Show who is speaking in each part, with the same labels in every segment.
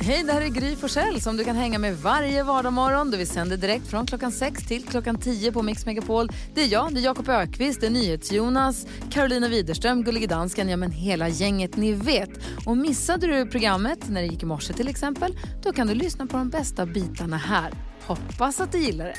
Speaker 1: Hej, det här är Gry Forssell som du kan hänga med varje vardagsmorgon. Vi sänder direkt från klockan 6 till klockan 10 på Mix Megapol. Det är jag, det är Jakob Ökvist, det är NyhetsJonas, Carolina Widerström, Gullige Dansken, ja men hela gänget ni vet. Och missade du programmet när det gick i morse till exempel, då kan du lyssna på de bästa bitarna här. Hoppas att du gillar det.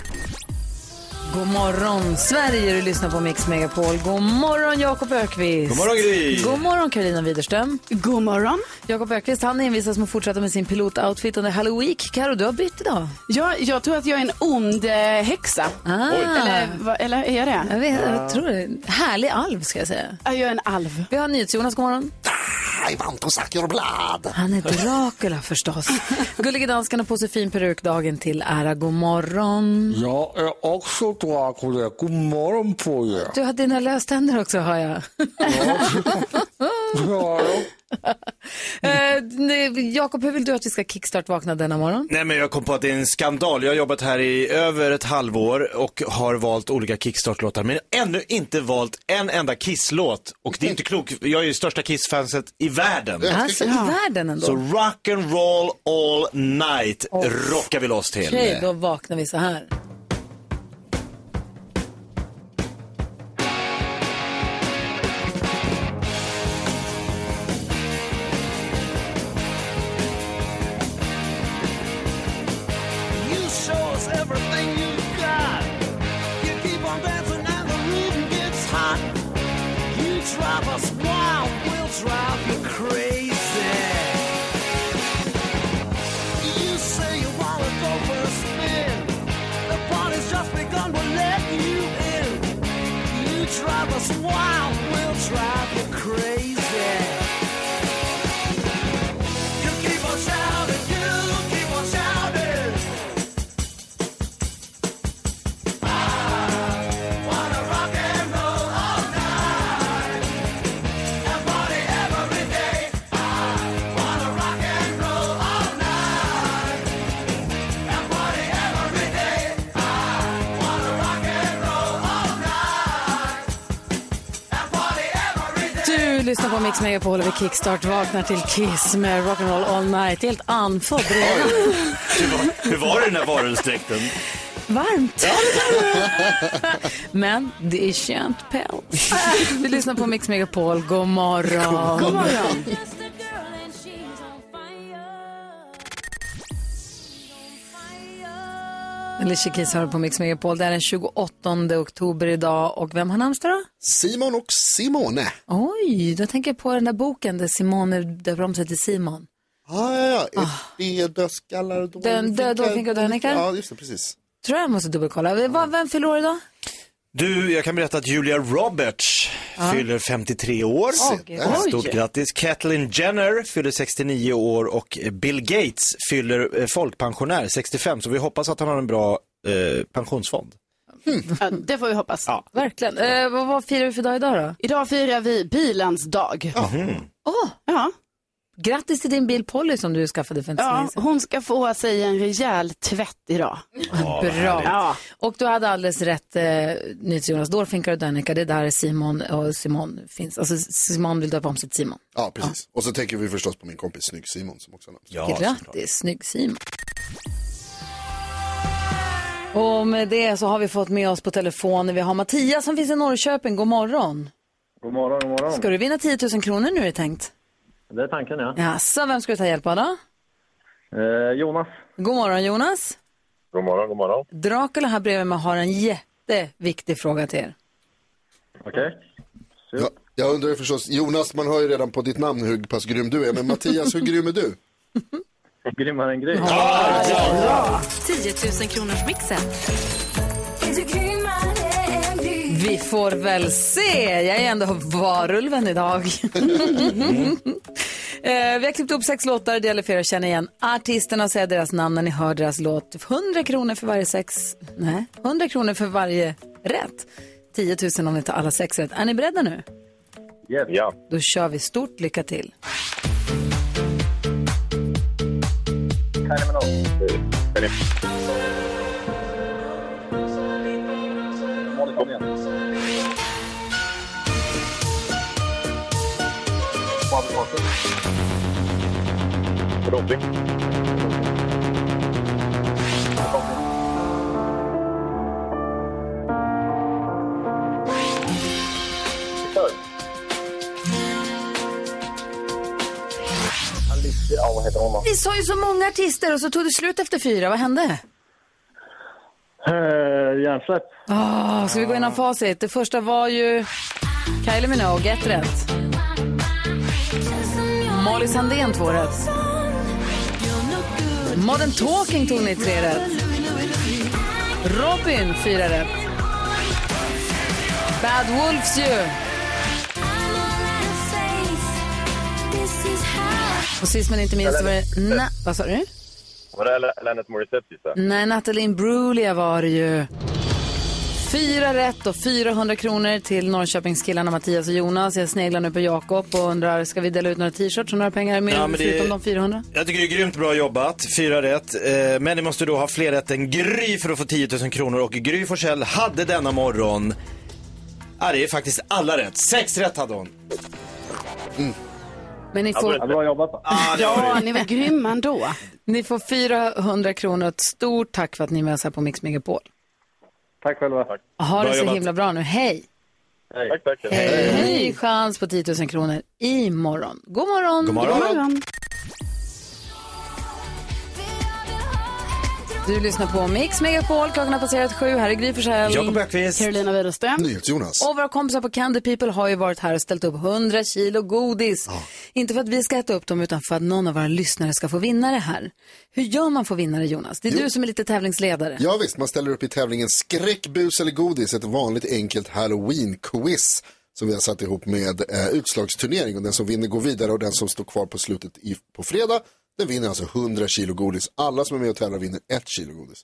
Speaker 1: God morgon Sverige, du lyssnar på Mix Megapol. God morgon Jakob Ökvist.
Speaker 2: God morgon, Gry.
Speaker 1: God morgon Carolina Widerström.
Speaker 3: God morgon.
Speaker 1: Jakob Ökvist, han envisas med att fortsätta med sin pilotoutfit under Halloween. Karo, du har bytt idag.
Speaker 3: Ja, jag tror att jag är en ond eh, häxa.
Speaker 1: Ah.
Speaker 3: Eller, va, eller är jag det?
Speaker 1: Jag, vet, jag tror det. Härlig alv ska jag säga.
Speaker 3: Ja, Jag är en alv.
Speaker 1: Vi har NyhetsJonas, god morgon.
Speaker 4: I want to suck your blood.
Speaker 1: Han är Dracula förstås. Gullige danskarna på sig fin peruk dagen till ära. God morgon.
Speaker 5: Jag är också Dracula. God morgon på er.
Speaker 1: Du har dina löständer också hör jag.
Speaker 5: Ja, ja.
Speaker 1: eh, nej, Jakob, hur vill du att vi ska kickstart-vakna denna morgon?
Speaker 2: Nej men jag kom på att det är en skandal. Jag har jobbat här i över ett halvår och har valt olika kickstart-låtar men ännu inte valt en enda Kiss-låt. Och det är inte klokt, jag är ju största Kiss-fanset i världen.
Speaker 1: Alltså, i världen ändå.
Speaker 2: Så rock and roll all night rockar vi loss till.
Speaker 1: Okej, då vaknar vi så här. Du lyssnar på Mix Megapol och vi kickstart vaknar till Kiss med Rock'n'Roll All Night. Helt andfådd redan.
Speaker 2: Hur var- Hur var det den där varulvsdräkten?
Speaker 1: Varmt. Men det är skönt päls. Vi lyssnar på Mix Megapol. God morgon. God morgon. Alicia Keys hör på Mix Megapol. Det är den 28 oktober idag. Och vem har namnsdag då?
Speaker 4: Simon och Simone.
Speaker 1: Oj, då tänker jag på den där boken där Simone döper om sig till Simon.
Speaker 4: Ah, ja, ja. Det är dödskallar och
Speaker 1: Dön- död, dånfinkar och dönickar.
Speaker 4: Ja, just det, precis.
Speaker 1: Tror jag måste dubbelkolla. Vad- Vem fyller år idag?
Speaker 2: Du, jag kan berätta att Julia Roberts fyller 53 år.
Speaker 1: gud.
Speaker 2: Stort grattis. Kathleen Jenner fyller 69 år och Bill Gates fyller eh, folkpensionär 65. Så vi hoppas att han har en bra eh, pensionsfond.
Speaker 3: Ja, det får vi hoppas.
Speaker 2: Ja.
Speaker 1: Verkligen. Eh, vad, vad firar vi för dag idag då?
Speaker 3: Idag firar vi bilens dag.
Speaker 2: Mm.
Speaker 1: Åh,
Speaker 3: Ja.
Speaker 1: grattis till din bil Polly som du skaffade för inte så länge
Speaker 3: Ja,
Speaker 1: sedan.
Speaker 3: hon ska få sig en rejäl tvätt idag.
Speaker 1: Bra.
Speaker 3: Ja.
Speaker 1: Och du hade alldeles rätt, eh, NyhetsJonas. Dårfinkar och Döneka, det är där Simon och Simon finns. Alltså Simon vill döpa om sig till Simon.
Speaker 4: Ja, precis. Och så tänker vi förstås på min kompis Snygg Simon som också har namn.
Speaker 2: Ja, såklart.
Speaker 1: Grattis, snygg Simon. Och med det så har vi fått med oss på telefonen, vi har Mattias som finns i Norrköping. God morgon.
Speaker 6: God morgon, god morgon.
Speaker 1: Ska du vinna 10 000 kronor nu är det tänkt?
Speaker 6: Det är tanken, ja.
Speaker 1: Jaså, vem ska du ta hjälp av då?
Speaker 6: Eh, Jonas.
Speaker 1: God morgon Jonas.
Speaker 6: God morgon, god morgon.
Speaker 1: Dracula här bredvid mig har en jätteviktig fråga till er.
Speaker 6: Okej.
Speaker 4: Ja, jag undrar ju förstås, Jonas, man hör ju redan på ditt namn hur pass grym du är, men Mattias, hur grym är du?
Speaker 6: Grymmare än Gry.
Speaker 7: 10 000 kronors mixen.
Speaker 1: Vi får väl se. Jag är ändå varulven idag. Eh, Vi har klippt upp sex låtar. Det gäller för er att känna igen artisterna och säga deras namn när ni hör deras låt. 100 kronor för varje sex... Nej, 100 kronor för varje rätt. 10 000 om ni tar alla sex rätt. Är ni beredda nu?
Speaker 6: Yes. Ja.
Speaker 1: Då kör vi stort lycka till.
Speaker 6: Terminal. Monica, kom igen. Faber Karlsson. Robin. Kör. Alicia, ja, vad heter hon då?
Speaker 1: Ni sa ju så många artister och så tog det slut efter fyra. Vad hände?
Speaker 6: Eh, Hjärnsläpp.
Speaker 1: Oh, ska vi gå igenom facit? Det första var ju Kylie Minogue, ett rätt. Molly Sandén, två rätt. Modern Talking tog ni tre rätt. Robin, fyra rätt. Bad Wolves ju. Och sist men inte minst var det... Na- vad sa du?
Speaker 6: Var det Lennart Morissette sista?
Speaker 1: Nej, Nathalie Brulia var det ju. Fyra rätt och 400 kronor till Norrköpingskillarna Mattias och Jonas. Jag sneglar nu på Jakob och undrar, ska vi dela ut några t-shirts och några pengar mer
Speaker 2: Ja, men det-
Speaker 1: förutom de 400?
Speaker 2: Jag tycker det är grymt bra jobbat, fyra rätt. Eh, Men ni måste då ha fler rätt än Gry för att få 10 000 kronor och Gry Forssell hade denna morgon, ja det är faktiskt alla rätt, sex rätt hade hon.
Speaker 1: Men ni får,
Speaker 6: Ja, bra jobbat då.
Speaker 2: Ah, det var
Speaker 3: Ja,
Speaker 2: det.
Speaker 3: ni var grymma ändå.
Speaker 1: ni får 400 kronor och ett stort tack för att ni är med oss här på Mix Megapol.
Speaker 6: Tack själva. Tack.
Speaker 1: Ha det
Speaker 2: Bra
Speaker 1: så
Speaker 2: jobbat.
Speaker 1: himla bra nu. Hej!
Speaker 6: Tack, tack.
Speaker 1: Ny chans på 10 000 kronor imorgon. God morgon!
Speaker 2: God morgon.
Speaker 3: Morgon.
Speaker 1: Du lyssnar på Mix Megapol. Klockan har passerat sju. Här är Gry Forssell.
Speaker 2: Jakob Öqvist.
Speaker 3: Carolina Widerström.
Speaker 4: NyhetsJonas.
Speaker 1: Och våra kompisar på Candy People har ju varit här och ställt upp 100 kilo godis. Inte för att vi ska äta upp dem utan för att någon av våra lyssnare ska få vinna det här. Hur gör man för att vinna det Jonas? Det är
Speaker 4: Jo.
Speaker 1: du som är lite tävlingsledare.
Speaker 4: Ja visst, man ställer upp i tävlingen Skräckbus eller godis, ett vanligt enkelt halloween-quiz som vi har satt ihop med eh, utslagsturnering och den som vinner går vidare och den som står kvar på slutet i, på fredag, den vinner alltså 100 kilo godis. Alla som är med och tävlar vinner 1 kilo godis.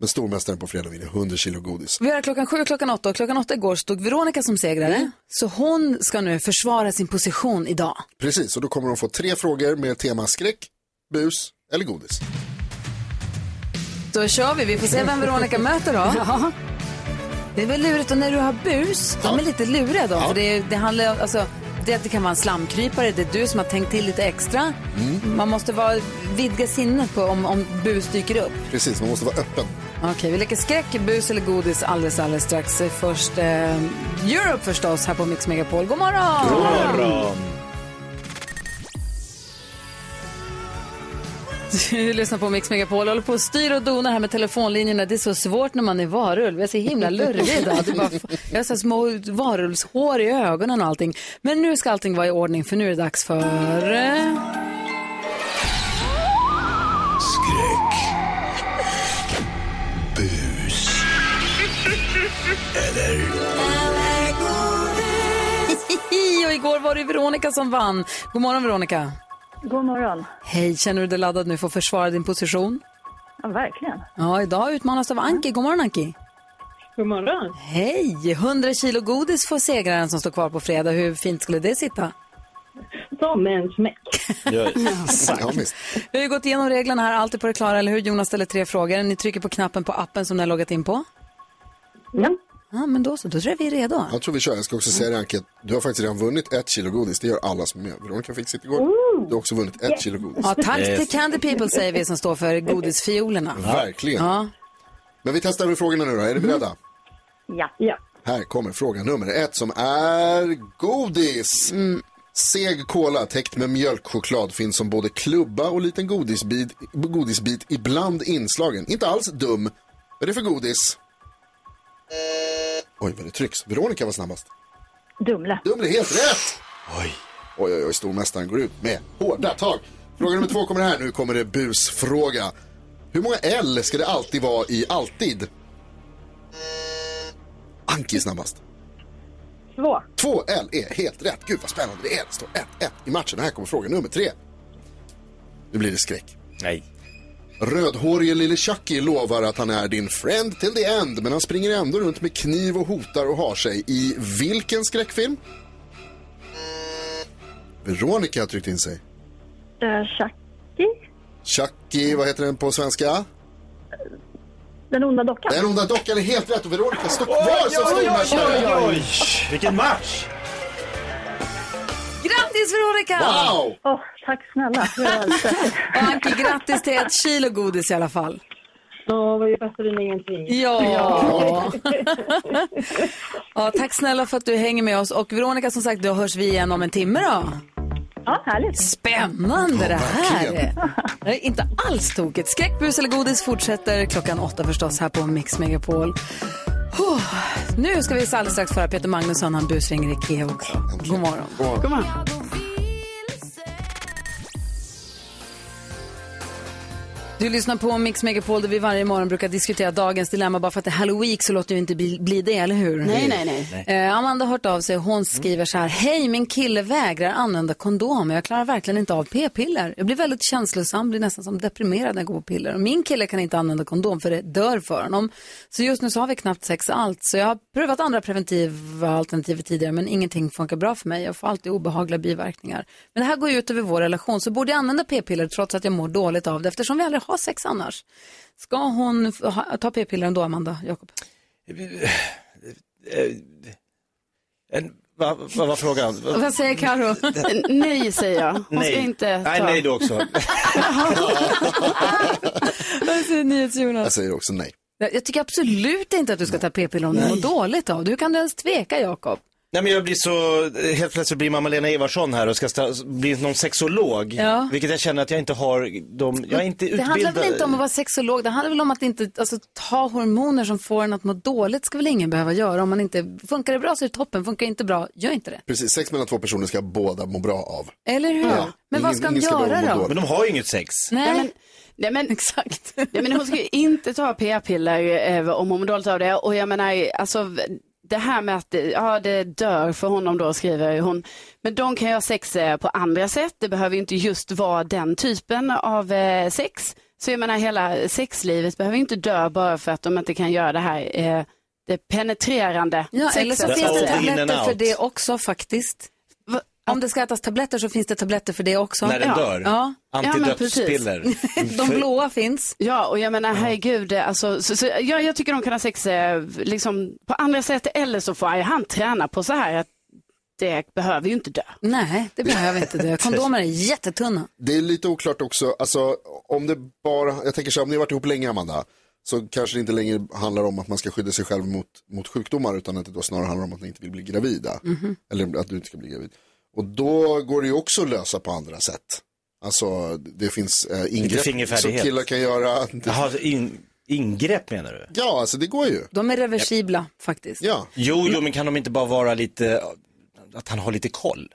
Speaker 4: Men stormästaren på fredag vinner 100 kilo godis.
Speaker 1: Vi har klockan sju och klockan åtta och klockan åtta igår stod Veronica som segrare.
Speaker 4: Mm.
Speaker 1: Så hon ska nu försvara sin position idag.
Speaker 4: Precis, och då kommer de få tre frågor med tema skräck, bus eller godis.
Speaker 1: Då kör vi. Vi får se vem Veronica möter då. Det är väl lurigt och när du har bus, de är lite luriga då. För det, det handlar om- alltså, det, att det kan vara en slamkrypare, det är du som har tänkt till lite extra. Man måste vara, vidga sinnet på om, om bus dyker upp.
Speaker 4: Precis, man måste vara öppen.
Speaker 1: Okej, vi leker skräck, bus eller godis alldeles, alldeles strax. Först eh, Europe förstås här på Mix Megapol. God morgon! God
Speaker 2: Bra.
Speaker 1: Du lyssnar på Mix Megapol och håller på och styr och donar här med telefonlinjerna. Det är så svårt när man är varulv. Jag är så himla lurvig idag. Det är bara, jag har så här små varulvshår i ögonen och allting. Men nu ska allting vara i ordning för nu är det dags för... eh,
Speaker 8: Skräck. Bus.
Speaker 1: Hihi, Och igår var det Veronica som vann. God morgon Veronica.
Speaker 9: God morgon.
Speaker 1: Hej, känner du dig laddad nu för att försvara din position?
Speaker 9: Ja, verkligen.
Speaker 1: Ja, idag utmanas du av Anki. God morgon Anki.
Speaker 9: God morgon.
Speaker 1: Hej! 100 kilo godis får segraren som står kvar på fredag. Hur fint skulle det sitta?
Speaker 9: Som en smäck.
Speaker 4: Ja, visst.
Speaker 1: Vi har ju gått igenom reglerna här, allt är på det klara, eller hur? Jonas ställer tre frågor. Ni trycker på knappen på appen som ni har loggat in på.
Speaker 9: Ja.
Speaker 1: Ja, men då så, då tror jag vi är redo.
Speaker 4: Jag tror vi kör. Jag ska också säga det Anke, du har faktiskt redan vunnit ett kilo godis. Det gör alla som är med. Veronica fick sitt igår. Du har också vunnit ett kilo godis.
Speaker 1: Ja, tack till Candy People säger vi som står för godisfiolerna.
Speaker 4: Verkligen.
Speaker 1: Ja.
Speaker 4: Men vi testar med frågorna nu då. Är ni beredda?
Speaker 9: Ja. ja.
Speaker 4: Här kommer fråga nummer ett som är godis. Seg kola täckt med mjölkchoklad finns som både klubba och liten godisbit, godisbit ibland inslagen. Inte alls dum. Vad är det för godis? Oj, vad det trycks. Veronica var snabbast.
Speaker 9: Dumle.
Speaker 4: Dum blir helt rätt! Oj. Oj, oj, oj, stormästaren går ut med hårda tag. Fråga nummer två kommer här. Nu kommer det busfråga. Hur många L ska det alltid vara i alltid? Anki snabbast.
Speaker 9: Två.
Speaker 4: Två L är helt rätt. Gud vad spännande det är. Det står 1-1 i matchen. Här kommer fråga nummer tre. Nu blir det skräck.
Speaker 2: Nej.
Speaker 4: Rödhårige lille Chucky lovar att han är din friend till the end men han springer ändå runt med kniv och hotar och har sig i vilken skräckfilm? Veronica har tryckt in sig.
Speaker 9: Eh, Chucky.
Speaker 4: Chucky, vad heter den på svenska?
Speaker 9: Den onda dockan.
Speaker 4: Den onda dockan är helt rätt och Veronica står kvar som stormästare.
Speaker 2: Vilken match!
Speaker 1: Grattis Grattis Veronica!
Speaker 4: Wow!
Speaker 9: Åh, tack snälla. Det var allt.
Speaker 1: Och Anki, grattis till ett kilo godis i alla fall.
Speaker 9: Då var ju bättre än ingenting.
Speaker 1: Ja. ja, tack snälla för att du hänger med oss. Och Veronica, som sagt, då hörs vi igen om en timme då.
Speaker 9: Ja, härligt.
Speaker 1: Spännande det här!
Speaker 4: verkligen.
Speaker 1: Det är inte alls tokigt. Skräckbus eller godis fortsätter klockan åtta förstås här på Mix Megapol. Oh, nu ska vi alldeles strax föra Peter Magnusson, han busringer Ikea också. God morgon.
Speaker 3: Kom igen.
Speaker 1: Du lyssnar på Mix Megapol där vi varje morgon brukar diskutera dagens dilemma. Bara för att det är Halloween så låter det inte bli, bli det, eller hur?
Speaker 3: Nej, nej, nej.
Speaker 1: Eh, Amanda har hört av sig. Hon skriver så här. Hej, min kille vägrar använda kondom. Jag klarar verkligen inte av p-piller. Jag blir väldigt känslosam, blir nästan som deprimerad när jag går på piller. Och min kille kan inte använda kondom för det dör för honom. Så just nu så har vi knappt sex allt. Så jag har provat andra preventiva alternativ tidigare men ingenting funkar bra för mig. Jag får alltid obehagliga biverkningar. Men det här går ju ut över vår relation så borde jag använda p-piller trots att jag mår dåligt av det eftersom vi aldrig har sex annars. Ska hon f- ha, ta p-piller ändå, Amanda? Jakob?
Speaker 2: Eh, En, va, va, vad frågan? Va-
Speaker 1: Vad säger Karo?
Speaker 3: Nej, säger jag. Hon
Speaker 2: Nej.
Speaker 3: ska inte ta.
Speaker 2: Nej, nej då också.
Speaker 1: Vad säger
Speaker 4: Jag
Speaker 1: NyhetsJonas?
Speaker 4: säger också nej.
Speaker 1: Jag tycker absolut inte att du ska ta p-piller om du mår dåligt av det. Hur kan du ens tveka, Jakob?
Speaker 2: Nej men jag blir så, helt plötsligt blir mamma Lena Ivarsson här och ska sta, bli någon sexolog.
Speaker 1: Ja.
Speaker 2: Vilket jag känner att jag inte har, de, jag är inte
Speaker 1: Det
Speaker 2: utbildad.
Speaker 1: handlar väl inte om att vara sexolog, det handlar väl om att inte alltså, ta hormoner som får en att må dåligt ska väl ingen behöva göra om man inte, funkar det bra så är det toppen, funkar det inte bra, gör inte det.
Speaker 4: Precis, sex mellan två personer ska båda må bra av.
Speaker 1: Eller hur?
Speaker 4: Ja.
Speaker 1: Men vad ska
Speaker 4: Ingen-
Speaker 1: de
Speaker 4: ingen ska
Speaker 1: göra
Speaker 4: behöva må
Speaker 1: då?
Speaker 4: dåligt.
Speaker 2: Men de har ju inget sex.
Speaker 1: Nej,
Speaker 3: Nej, men, nej, men
Speaker 1: exakt.
Speaker 3: Nej, men hon ska ju inte ta p-piller eh, om hon mår dåligt av det. Och jag menar, alltså det här med att eh, ja, det dör för honom då skriver hon. Men de kan ju ha sex eh, på andra sätt. Det behöver ju inte just vara den typen av eh, sex. Så jag menar hela sexlivet behöver ju inte dö bara för att de inte kan göra det här eh, det penetrerande
Speaker 1: Ja, eller
Speaker 3: sexet.
Speaker 1: så
Speaker 2: Där
Speaker 1: finns det
Speaker 2: all in and
Speaker 1: tabletter för
Speaker 2: out.
Speaker 1: det också faktiskt.
Speaker 3: Va-
Speaker 1: Om det ska ätas tabletter så finns det tabletter för det också.
Speaker 2: När den
Speaker 3: Ja.
Speaker 2: dör.
Speaker 1: Ja,
Speaker 2: Antidödspiller.
Speaker 1: de blåa finns.
Speaker 3: Ja, och jag menar herregud, alltså, så, så, jag, jag tycker de kan ha sex eh, liksom, på andra sätt eller så får han träna på så här att det behöver ju inte dö.
Speaker 1: Nej, det behöver inte det. Kondomer är jättetunna.
Speaker 4: Det är lite oklart också, alltså om det bara, jag tänker så här, om ni har varit ihop länge Amanda, så kanske det inte längre handlar om att man ska skydda sig själv mot, mot sjukdomar, utan att det då snarare handlar om att ni inte vill bli gravida. Eller att du inte ska bli gravid. Och då går det ju också att lösa på andra sätt. Alltså det finns eh, ingrepp som
Speaker 2: fingerfärdighet.
Speaker 4: killar kan göra.
Speaker 2: Jaha, in, ingrepp menar du?
Speaker 4: Ja, alltså det går ju.
Speaker 1: De är reversibla faktiskt.
Speaker 4: Ja,
Speaker 2: Jo, jo, men kan de inte bara vara lite, att han har lite koll?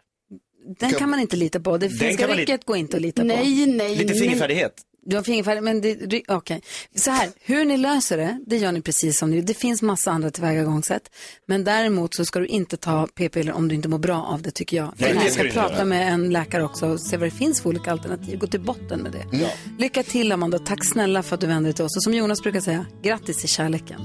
Speaker 1: Den kan man inte lita på. Det finska
Speaker 2: kan man
Speaker 1: räcket
Speaker 2: lita-
Speaker 1: går inte att lita på.
Speaker 3: Nej, nej,
Speaker 2: Lite
Speaker 3: nej.
Speaker 2: fingerfärdighet?
Speaker 1: Du har fingerfärg, men det, ry- okej. Så här, hur ni löser det, det gör ni precis som ni Det finns massa andra tillvägagångssätt. Men däremot så ska du inte ta p-piller om du inte mår bra av det tycker jag.
Speaker 2: Nej,
Speaker 1: Men
Speaker 2: det
Speaker 1: jag
Speaker 2: ska du inte
Speaker 1: prata
Speaker 2: göra.
Speaker 1: med en läkare också och se vad det finns för olika alternativ. Gå till botten med det. Lycka till Amanda, tack snälla för att du vände dig till oss. Och som Jonas brukar säga, grattis i kärleken.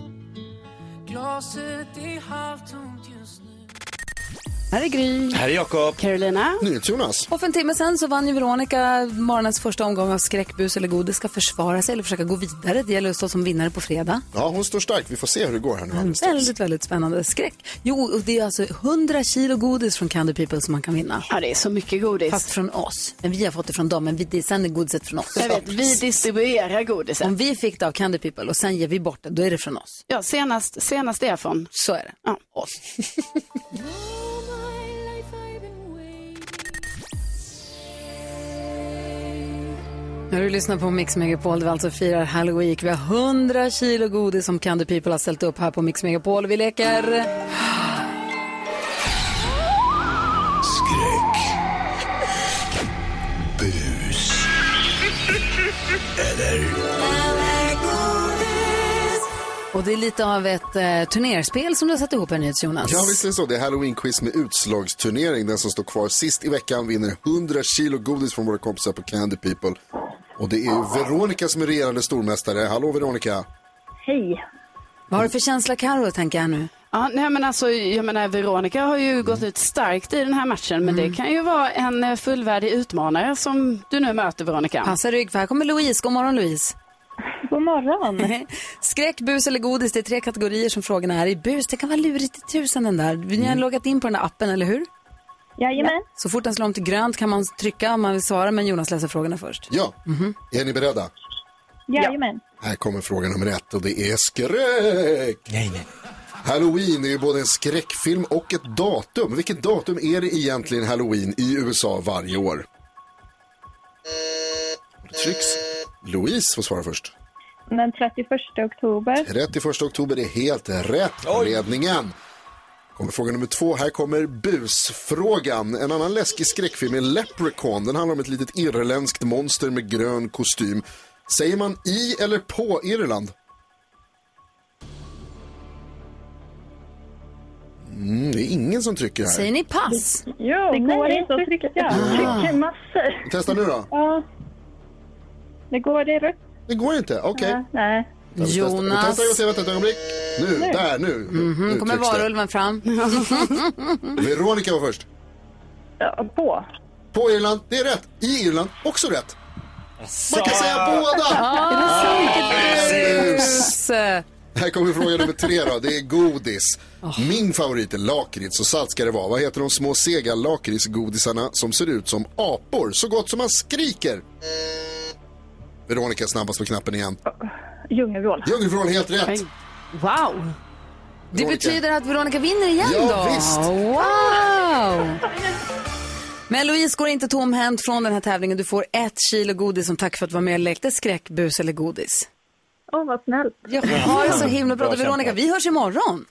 Speaker 1: Här är Gry.
Speaker 2: Här är Jakob.
Speaker 3: Carolina,
Speaker 4: NyhetsJonas.
Speaker 1: Och för en timme sen så vann ju Veronica morgonens första omgång av skräckbus eller godis ska försvara sig eller försöka gå vidare. Det gäller att stå som vinnare på fredag.
Speaker 4: Ja, hon står stark. Vi får se hur det går här nu alldeles strax.
Speaker 1: Väldigt, väldigt spännande skräck. Jo, och det är alltså 100 kilo godis från Candy People som man kan vinna.
Speaker 3: ja, det är så mycket godis.
Speaker 1: Fast från oss. Men vi har fått det från dem, men vi, det, sen är godiset från oss.
Speaker 3: jag vet, vi distribuerar godiset.
Speaker 1: Om vi fick det av Candy People och sen ger vi bort det, då är det från oss.
Speaker 3: Ja, senast, senast är från
Speaker 1: Så är det.
Speaker 3: ja.
Speaker 1: När du lyssnar på Mix Megapol där vi alltså firar Halloween. Vi har 100 kilo godis som Candy People har ställt upp här på Mix Megapol. Vi leker...
Speaker 8: Skräck. Bus.
Speaker 1: Och det är lite av ett eh, turnerspel som du har satt ihop här nyhets Jonas.
Speaker 4: Ja, visst är det så. Det är halloween-quiz med utslagsturnering. Den som står kvar sist i veckan vinner 100 kilo godis från våra kompisar på Candy People. Och det är ju Veronica som är regerande stormästare. Hallå Veronica!
Speaker 9: Hej.
Speaker 1: Vad har du för känsla Karo tänker jag nu?
Speaker 3: Ja, nej, men alltså, jag menar, Veronica har ju gått ut starkt i den här matchen, men det kan ju vara en eh, fullvärdig utmanare som du nu möter, Veronica.
Speaker 1: Passa rygg för här kommer Louise. God morgon Louise.
Speaker 9: God morgon.
Speaker 1: Skräck, bus eller godis, det är tre
Speaker 4: Mm.
Speaker 1: kategorier som frågorna är i. Bus, det kan vara lurigt i tusen den där. Ni har loggat in på den där appen, eller hur?
Speaker 9: Jajamän.
Speaker 1: Så fort den slår om till grönt kan man trycka om man vill svara, men Jonas läser frågorna först.
Speaker 4: Ja, är ni beredda?
Speaker 9: Jajamän.
Speaker 4: Här kommer fråga nummer ett och det är skräck.
Speaker 2: Nej, nej.
Speaker 4: Halloween är ju både en skräckfilm och ett datum. Vilket datum är det egentligen halloween i USA varje år? Det trycks. Louise får svara först.
Speaker 9: Den 31 oktober.
Speaker 4: 31 oktober är helt rätt för ledningen. Kommer fråga nummer två. Här kommer busfrågan. En annan läskig skräckfilm är Leprechaun. Den handlar om ett litet irländskt monster med grön kostym. Säger man i eller på Irland? Mm, det är ingen som trycker här.
Speaker 1: Säger ni pass?
Speaker 9: Jo, det går inte att trycka. Trycker massor.
Speaker 4: Testa nu då.
Speaker 9: Ja. Det går, det är rött.
Speaker 4: Det går inte. Okej.
Speaker 9: Ja, Nej.
Speaker 4: Testa, testa.
Speaker 1: Jonas. Mhm,
Speaker 4: Testa och se, vänta ett ögonblick. Nu, där, nu. nu
Speaker 1: Kommer
Speaker 4: trycks det.
Speaker 1: varulven fram?
Speaker 4: Veronica var först.
Speaker 9: Ja, på.
Speaker 4: På Irland, det är rätt. I Irland, också rätt. Man kan säga båda!
Speaker 1: Yes. Eh,
Speaker 4: Här kommer fråga nummer tre då. Det är godis. Min favorit är lakrits och salt ska det vara. Vad heter de små sega lakritsgodisarna som ser ut som apor så gott som man skriker? Veronica är snabbast på knappen igen.
Speaker 9: Djungelvrål.
Speaker 4: Djungfrån helt rätt.
Speaker 1: Wow! Det
Speaker 4: Veronica.
Speaker 1: betyder att Veronica vinner igen
Speaker 4: Ja,
Speaker 1: då?
Speaker 4: visst.
Speaker 1: Wow! Men Louise går inte tomhänt från den här tävlingen. Du får ett kilo godis som tack för att du var med och lekte skräckbus eller godis.
Speaker 9: Åh, vad snällt.
Speaker 1: Jag har det så himla bra.
Speaker 2: Bra
Speaker 1: Du, Veronica,
Speaker 2: kämpat.
Speaker 1: vi hörs imorgon.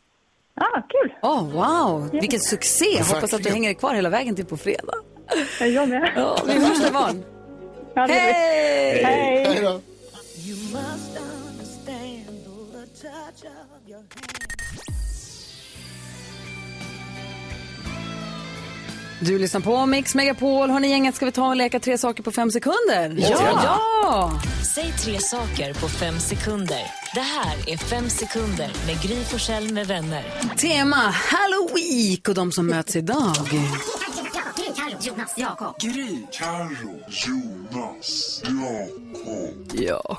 Speaker 9: Ah, kul.
Speaker 1: Åh, wow! Vilken succé! Hoppas att du hänger kvar hela vägen till på fredag.
Speaker 9: Jag med.
Speaker 1: Ja, vi hörs imorgon.
Speaker 9: Ja, det blir-
Speaker 1: Hej!
Speaker 9: Hej.
Speaker 4: Hej då.
Speaker 1: Du lyssnar på Mix Megapol. Hörni gänget, ska vi ta och leka tre saker på fem sekunder? Ja! ja!
Speaker 7: Säg tre saker på fem sekunder. Det här är Fem sekunder med Gry Forssell med vänner.
Speaker 1: Tema Halloween och de som möts idag. Ja.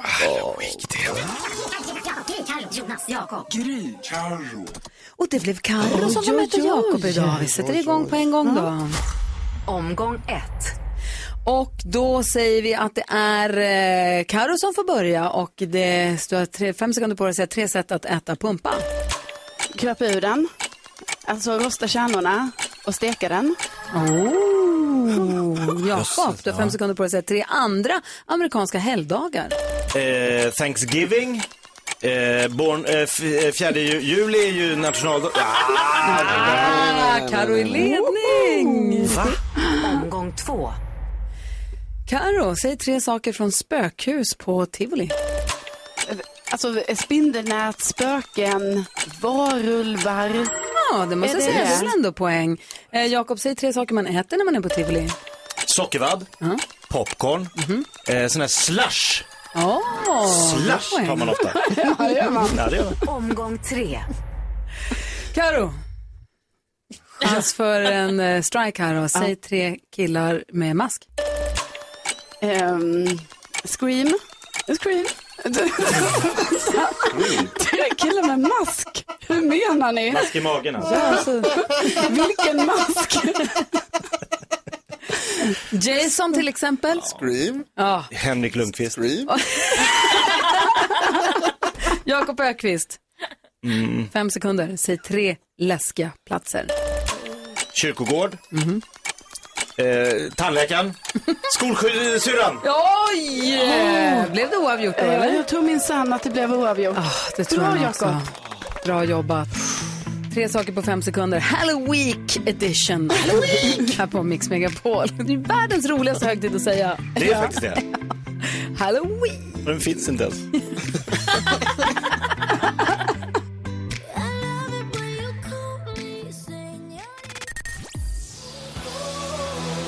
Speaker 1: Och det blev Carro som var med till Jakob idag. Vi sätter igång på en gång då.
Speaker 7: Omgång ett.
Speaker 1: Och då säger vi att det är eh, Carro som får börja och det står tre, fem sekunder på dig att säga tre sätt att äta pumpa.
Speaker 3: Kröp ur den, alltså rosta kärnorna och steka den.
Speaker 1: Oh, Jakob, du har fem sekunder på dig att säga tre andra amerikanska helgdagar.
Speaker 2: Eh, Thanksgiving. Eh, born, eh, f- eh, 4 ju- juli är ju nationaldag. Ah,
Speaker 1: Ah, Carro i ledning!
Speaker 2: va?
Speaker 7: Omgång två.
Speaker 1: Carro, säg tre saker från spökhus på Tivoli.
Speaker 3: Alltså spindelnät, spöken, varulvar.
Speaker 1: Ja, det måste
Speaker 3: Är det
Speaker 1: säga. Det
Speaker 3: det?
Speaker 1: är väl ändå poäng. Eh, Jakob, säg tre saker man äter när man är på Tivoli.
Speaker 2: Sockervadd. Popcorn.
Speaker 1: Mhm.
Speaker 2: Eh, sån här slush.
Speaker 1: Åh,
Speaker 2: Slush tar man ofta. ja, det gör man.
Speaker 7: Omgång tre.
Speaker 1: Carro. Chans för en eh, strike här då. Säg tre killar med mask.
Speaker 3: Ehm, scream, scream. Tre killar med mask. Hur menar ni?
Speaker 2: Mask i magen alltså.
Speaker 1: Alltså,
Speaker 3: Vilken mask?
Speaker 1: Jason till exempel.
Speaker 4: Scream,
Speaker 1: Ja.
Speaker 2: Henrik Lundqvist.
Speaker 4: scream.
Speaker 1: Jakob Ökvist. Fem sekunder. Säg tre läskiga platser.
Speaker 2: Kyrkogård.
Speaker 1: Mhm.
Speaker 2: Eh, tandläkaren. Skolsyrran.
Speaker 1: Oj! Blev det oavgjort då, eller?
Speaker 3: Jag tror minsann att det blev oavgjort.
Speaker 1: Ah, det tror
Speaker 3: Bra,
Speaker 1: jag nog också.
Speaker 3: Jakob.
Speaker 1: Bra jobbat. Tre saker på fem sekunder. Halloween edition. Halloween! Här på Mix Megapol. Det är världens roligaste högtid att säga.
Speaker 2: Det är faktiskt det.
Speaker 1: Halloween!
Speaker 2: Den finns inte ens.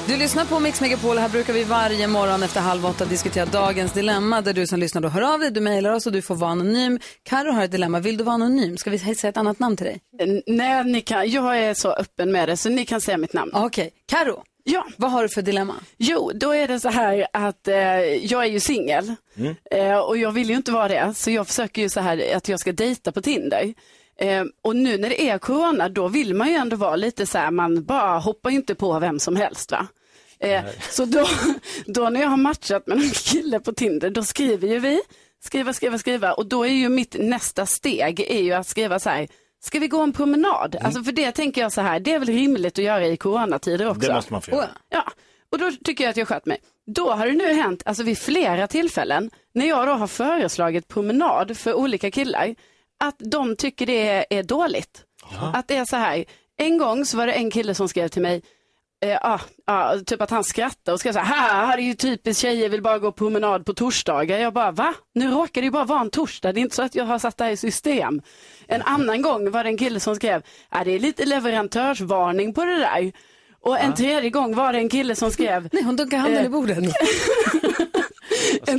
Speaker 1: Du lyssnar på Mix Megapol. Här brukar vi varje morgon efter halv åtta diskutera dagens dilemma. Där du som lyssnar då hör av dig, du mejlar oss och du får vara anonym. Karo har ett dilemma. Vill du vara anonym? Ska vi säga ett annat namn till dig?
Speaker 3: N- Nej, ni kan, jag är så öppen med det så ni kan säga mitt namn.
Speaker 1: Okej. Karo,
Speaker 3: Ja,
Speaker 1: vad har du för dilemma?
Speaker 3: jo, då är det så här att eh, jag är ju
Speaker 2: Mm.
Speaker 3: singel eh, och jag vill ju inte vara det så jag försöker ju så här att jag ska dejta på Tinder. Eh, och nu när det är corona, då vill man ju ändå vara lite så här, man bara hoppar ju inte på vem som helst va. Eh, så då, då när jag har matchat med någon kille på Tinder, då skriver ju vi, skriva, skriva, skriva och då är ju mitt nästa steg är ju att skriva så här, ska vi gå en promenad?
Speaker 2: Mm.
Speaker 3: Alltså för det tänker jag så här, det är väl rimligt att göra i coronatider också.
Speaker 2: Det måste man få göra.
Speaker 3: Ja, och då tycker jag att jag sköt mig. Då har det nu hänt, alltså vid flera tillfällen, när jag då har föreslagit promenad för olika killar, att de tycker det är, är dåligt. Att det är så här, en gång så var det en kille som skrev till mig, eh, ah, ah, typ att han skrattade och skrev så här, "Haha, det är ju typiskt tjejer vill bara gå promenad på torsdagar. Jag bara, va? Nu råkar det ju bara vara en torsdag, det är inte så att jag har satt det här i system. En annan gång var det en kille som skrev, ah, det är lite leverantörsvarning på det där. Och en tredje gång var det en kille som skrev,
Speaker 10: Nej, hon dunkar handen i bordet.
Speaker 3: en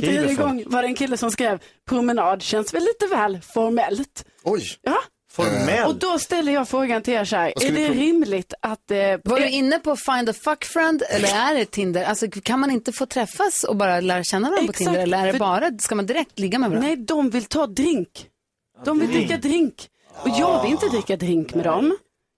Speaker 2: skriver
Speaker 3: tredje
Speaker 2: folk?
Speaker 3: gång var det en kille som skrev, promenad känns väl lite väl formellt.
Speaker 4: Oj,
Speaker 3: Ja. Och
Speaker 2: Formellt.
Speaker 3: då ställer jag frågan till er så här,
Speaker 4: Vad
Speaker 3: är
Speaker 4: ska vi
Speaker 3: det
Speaker 4: pro-
Speaker 3: rimligt att... Eh,
Speaker 1: Var du
Speaker 3: eh,
Speaker 1: inne på Find a fuck friend eller är det Tinder? Alltså kan man inte få träffas och bara lära känna varandra
Speaker 3: Exakt,
Speaker 1: på Tinder? Eller är
Speaker 3: för-
Speaker 1: det bara, ska man direkt ligga med varandra?
Speaker 3: nej, de vill ta drink. De vill dricka drink. Och jag vill inte dricka drink med dem.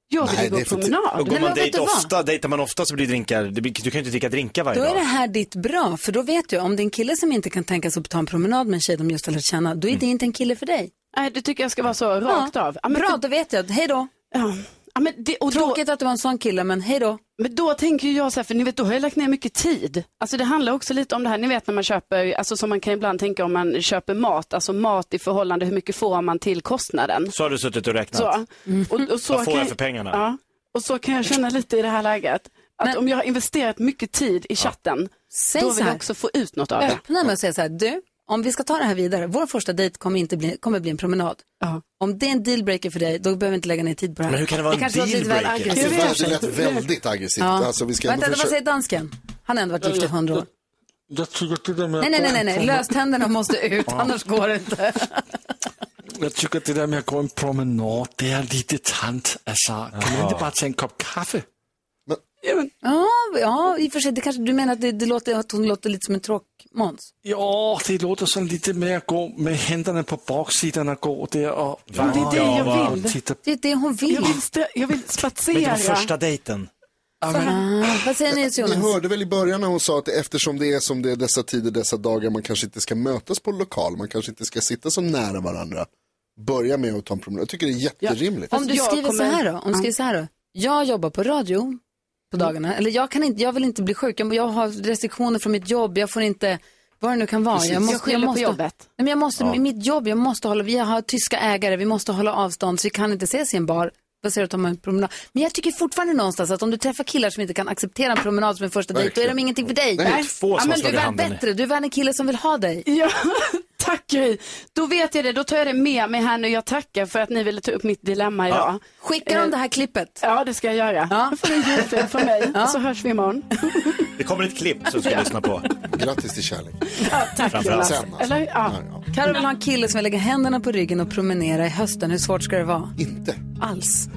Speaker 3: Jag vill
Speaker 4: Ah. Nej, det
Speaker 3: gå
Speaker 4: är för-
Speaker 2: Och
Speaker 3: promenad.
Speaker 2: går
Speaker 1: men
Speaker 2: man
Speaker 1: vet
Speaker 2: dejt
Speaker 1: du vad?
Speaker 2: ofta, dejtar man ofta så blir drinkar, det blir, du kan ju inte dricka drinkar varje
Speaker 1: Då är det
Speaker 2: dag.
Speaker 1: här ditt bra, för då vet du om det är en kille som inte kan tänka sig att ta en promenad med en tjej de just har lärt känna, då är det inte en kille för dig.
Speaker 3: Nej, det tycker jag ska vara så rakt av. Ja, men
Speaker 1: Bra,
Speaker 3: för-
Speaker 1: då vet jag. Hej då.
Speaker 3: Ja. Ja, men det, och då,
Speaker 1: Tråkigt att du var en sån kille, men hej då.
Speaker 3: Men då tänker ju jag så här, för ni vet, då har jag lagt ner mycket tid. Alltså det handlar också lite om det här, ni vet när man köper, alltså som man kan ibland tänka om man köper mat, alltså mat i förhållande, hur mycket får man till kostnaden?
Speaker 2: Så har du suttit och räknat.
Speaker 3: Så, och, och så
Speaker 2: Mm. Vad får
Speaker 3: kan
Speaker 2: jag för pengarna?
Speaker 3: Ja, och så kan jag känna lite i det här läget, att om jag har investerat mycket tid i chatten,
Speaker 1: Säg
Speaker 3: då
Speaker 1: så
Speaker 3: vill
Speaker 1: här.
Speaker 3: jag också få ut något av det.
Speaker 1: Öppna med att säga så här, du, om vi ska ta det här vidare, vår första dejt kommer, inte bli, kommer bli en promenad.
Speaker 3: Ja.
Speaker 1: Om det är en dealbreaker för dig, då behöver vi inte lägga ner tid på det här.
Speaker 2: Men hur kan det vara en
Speaker 1: kanske var lite väl
Speaker 2: dealbreaker?
Speaker 1: aggressivt.
Speaker 4: det,
Speaker 1: kanske.
Speaker 4: alltså, det lät väldigt aggressivt.
Speaker 1: Ja.
Speaker 4: Alltså, vi ska ändå
Speaker 1: Vänta, vad
Speaker 4: försöka...
Speaker 1: säger dansken? Han har ändå varit gift i hundra år.
Speaker 5: Jag tycker det där med
Speaker 1: Nej,
Speaker 5: att
Speaker 1: nej,
Speaker 5: gå
Speaker 1: nej,
Speaker 5: in
Speaker 1: nej,
Speaker 5: på-
Speaker 1: nej. löständerna måste ut, annars går det inte.
Speaker 5: Jag tycker det där med att gå en promenad, det är lite tant. Alltså, kan man inte bara ta en kopp kaffe?
Speaker 1: Ja, ja i och för sig, det kanske, du menar att, det, det låter, att hon låter lite som en tråkmåns?
Speaker 5: Ja, det låter som lite mer att gå med händerna på baksidan och gå där och
Speaker 3: Men det är det jag
Speaker 5: Ja,
Speaker 3: vill.
Speaker 5: titta.
Speaker 1: Det är det hon
Speaker 3: Jag
Speaker 1: vill.
Speaker 3: vill, stä- jag
Speaker 2: Men
Speaker 3: vill
Speaker 2: det var
Speaker 3: spatsera.
Speaker 2: första dejten.
Speaker 5: Ja, men,
Speaker 1: Ah, vad säger ni
Speaker 4: Ni
Speaker 1: Jonas?
Speaker 4: hörde väl i början när hon sa att eftersom det är som det är dessa tider, dessa dagar, man kanske inte ska mötas på lokal, man kanske inte ska sitta så nära varandra. Börja med att ta en promenad. Jag tycker det är jätterimligt.
Speaker 1: Om du
Speaker 3: jag
Speaker 1: skriver så
Speaker 3: kommer-
Speaker 1: här då, om du skriver så här då. Jag jobbar på radio på dagarna, eller jag, kan inte, jag vill inte bli sjuk, jag, jag har restriktioner från mitt jobb, jag får inte, vad det nu kan vara. Jag, måste,
Speaker 3: skyller på
Speaker 1: måste,
Speaker 3: jobbet.
Speaker 1: Nej, men jag måste, mitt jobb, jag måste hålla, vi har tyska ägare, vi måste hålla avstånd, så vi kan inte ses i en bar. Vad säger du att om en promenad? Men jag tycker fortfarande någonstans att om du träffar killar som inte kan acceptera en promenad som en första dejt, då är de
Speaker 4: Verkligen.
Speaker 1: ingenting för dig.
Speaker 4: Nej.
Speaker 2: Det är två som
Speaker 1: men
Speaker 2: har
Speaker 1: du är
Speaker 2: slagit
Speaker 1: värd
Speaker 2: handen i.
Speaker 1: bättre, du är värd en kille som vill ha dig.
Speaker 3: Ja, tack Gry. Då vet jag det, då tar jag det med mig här nu. Jag tackar för att ni ville ta upp mitt dilemma idag.
Speaker 1: Skicka dem det här klippet.
Speaker 3: Ja, det ska jag göra.
Speaker 1: Ja.
Speaker 3: Då får du en julfilm från mig, så hörs vi imorgon.
Speaker 2: Det kommer ett klipp som du ska lyssna på.
Speaker 4: Grattis till kärlek.
Speaker 3: Ja, tack
Speaker 2: Framförallt.
Speaker 3: Jonas.
Speaker 4: Sen alltså.
Speaker 3: Eller? Ja.
Speaker 4: Nej, ja.
Speaker 1: Carro vill ha en kille som vill lägga händerna på ryggen och promenera i hösten. Hur svårt ska det vara?
Speaker 4: Inte.
Speaker 1: Alls.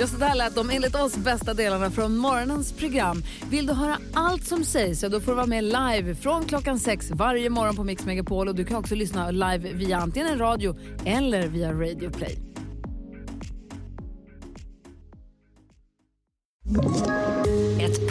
Speaker 1: Ja, så där lät de enligt oss bästa delarna från morgonens program. Vill du höra allt som sägs, ja, då får du vara med live från klockan sex varje morgon på Mix Megapol. Och du kan också lyssna live via antingen en radio eller via Radio Play.
Speaker 11: Ett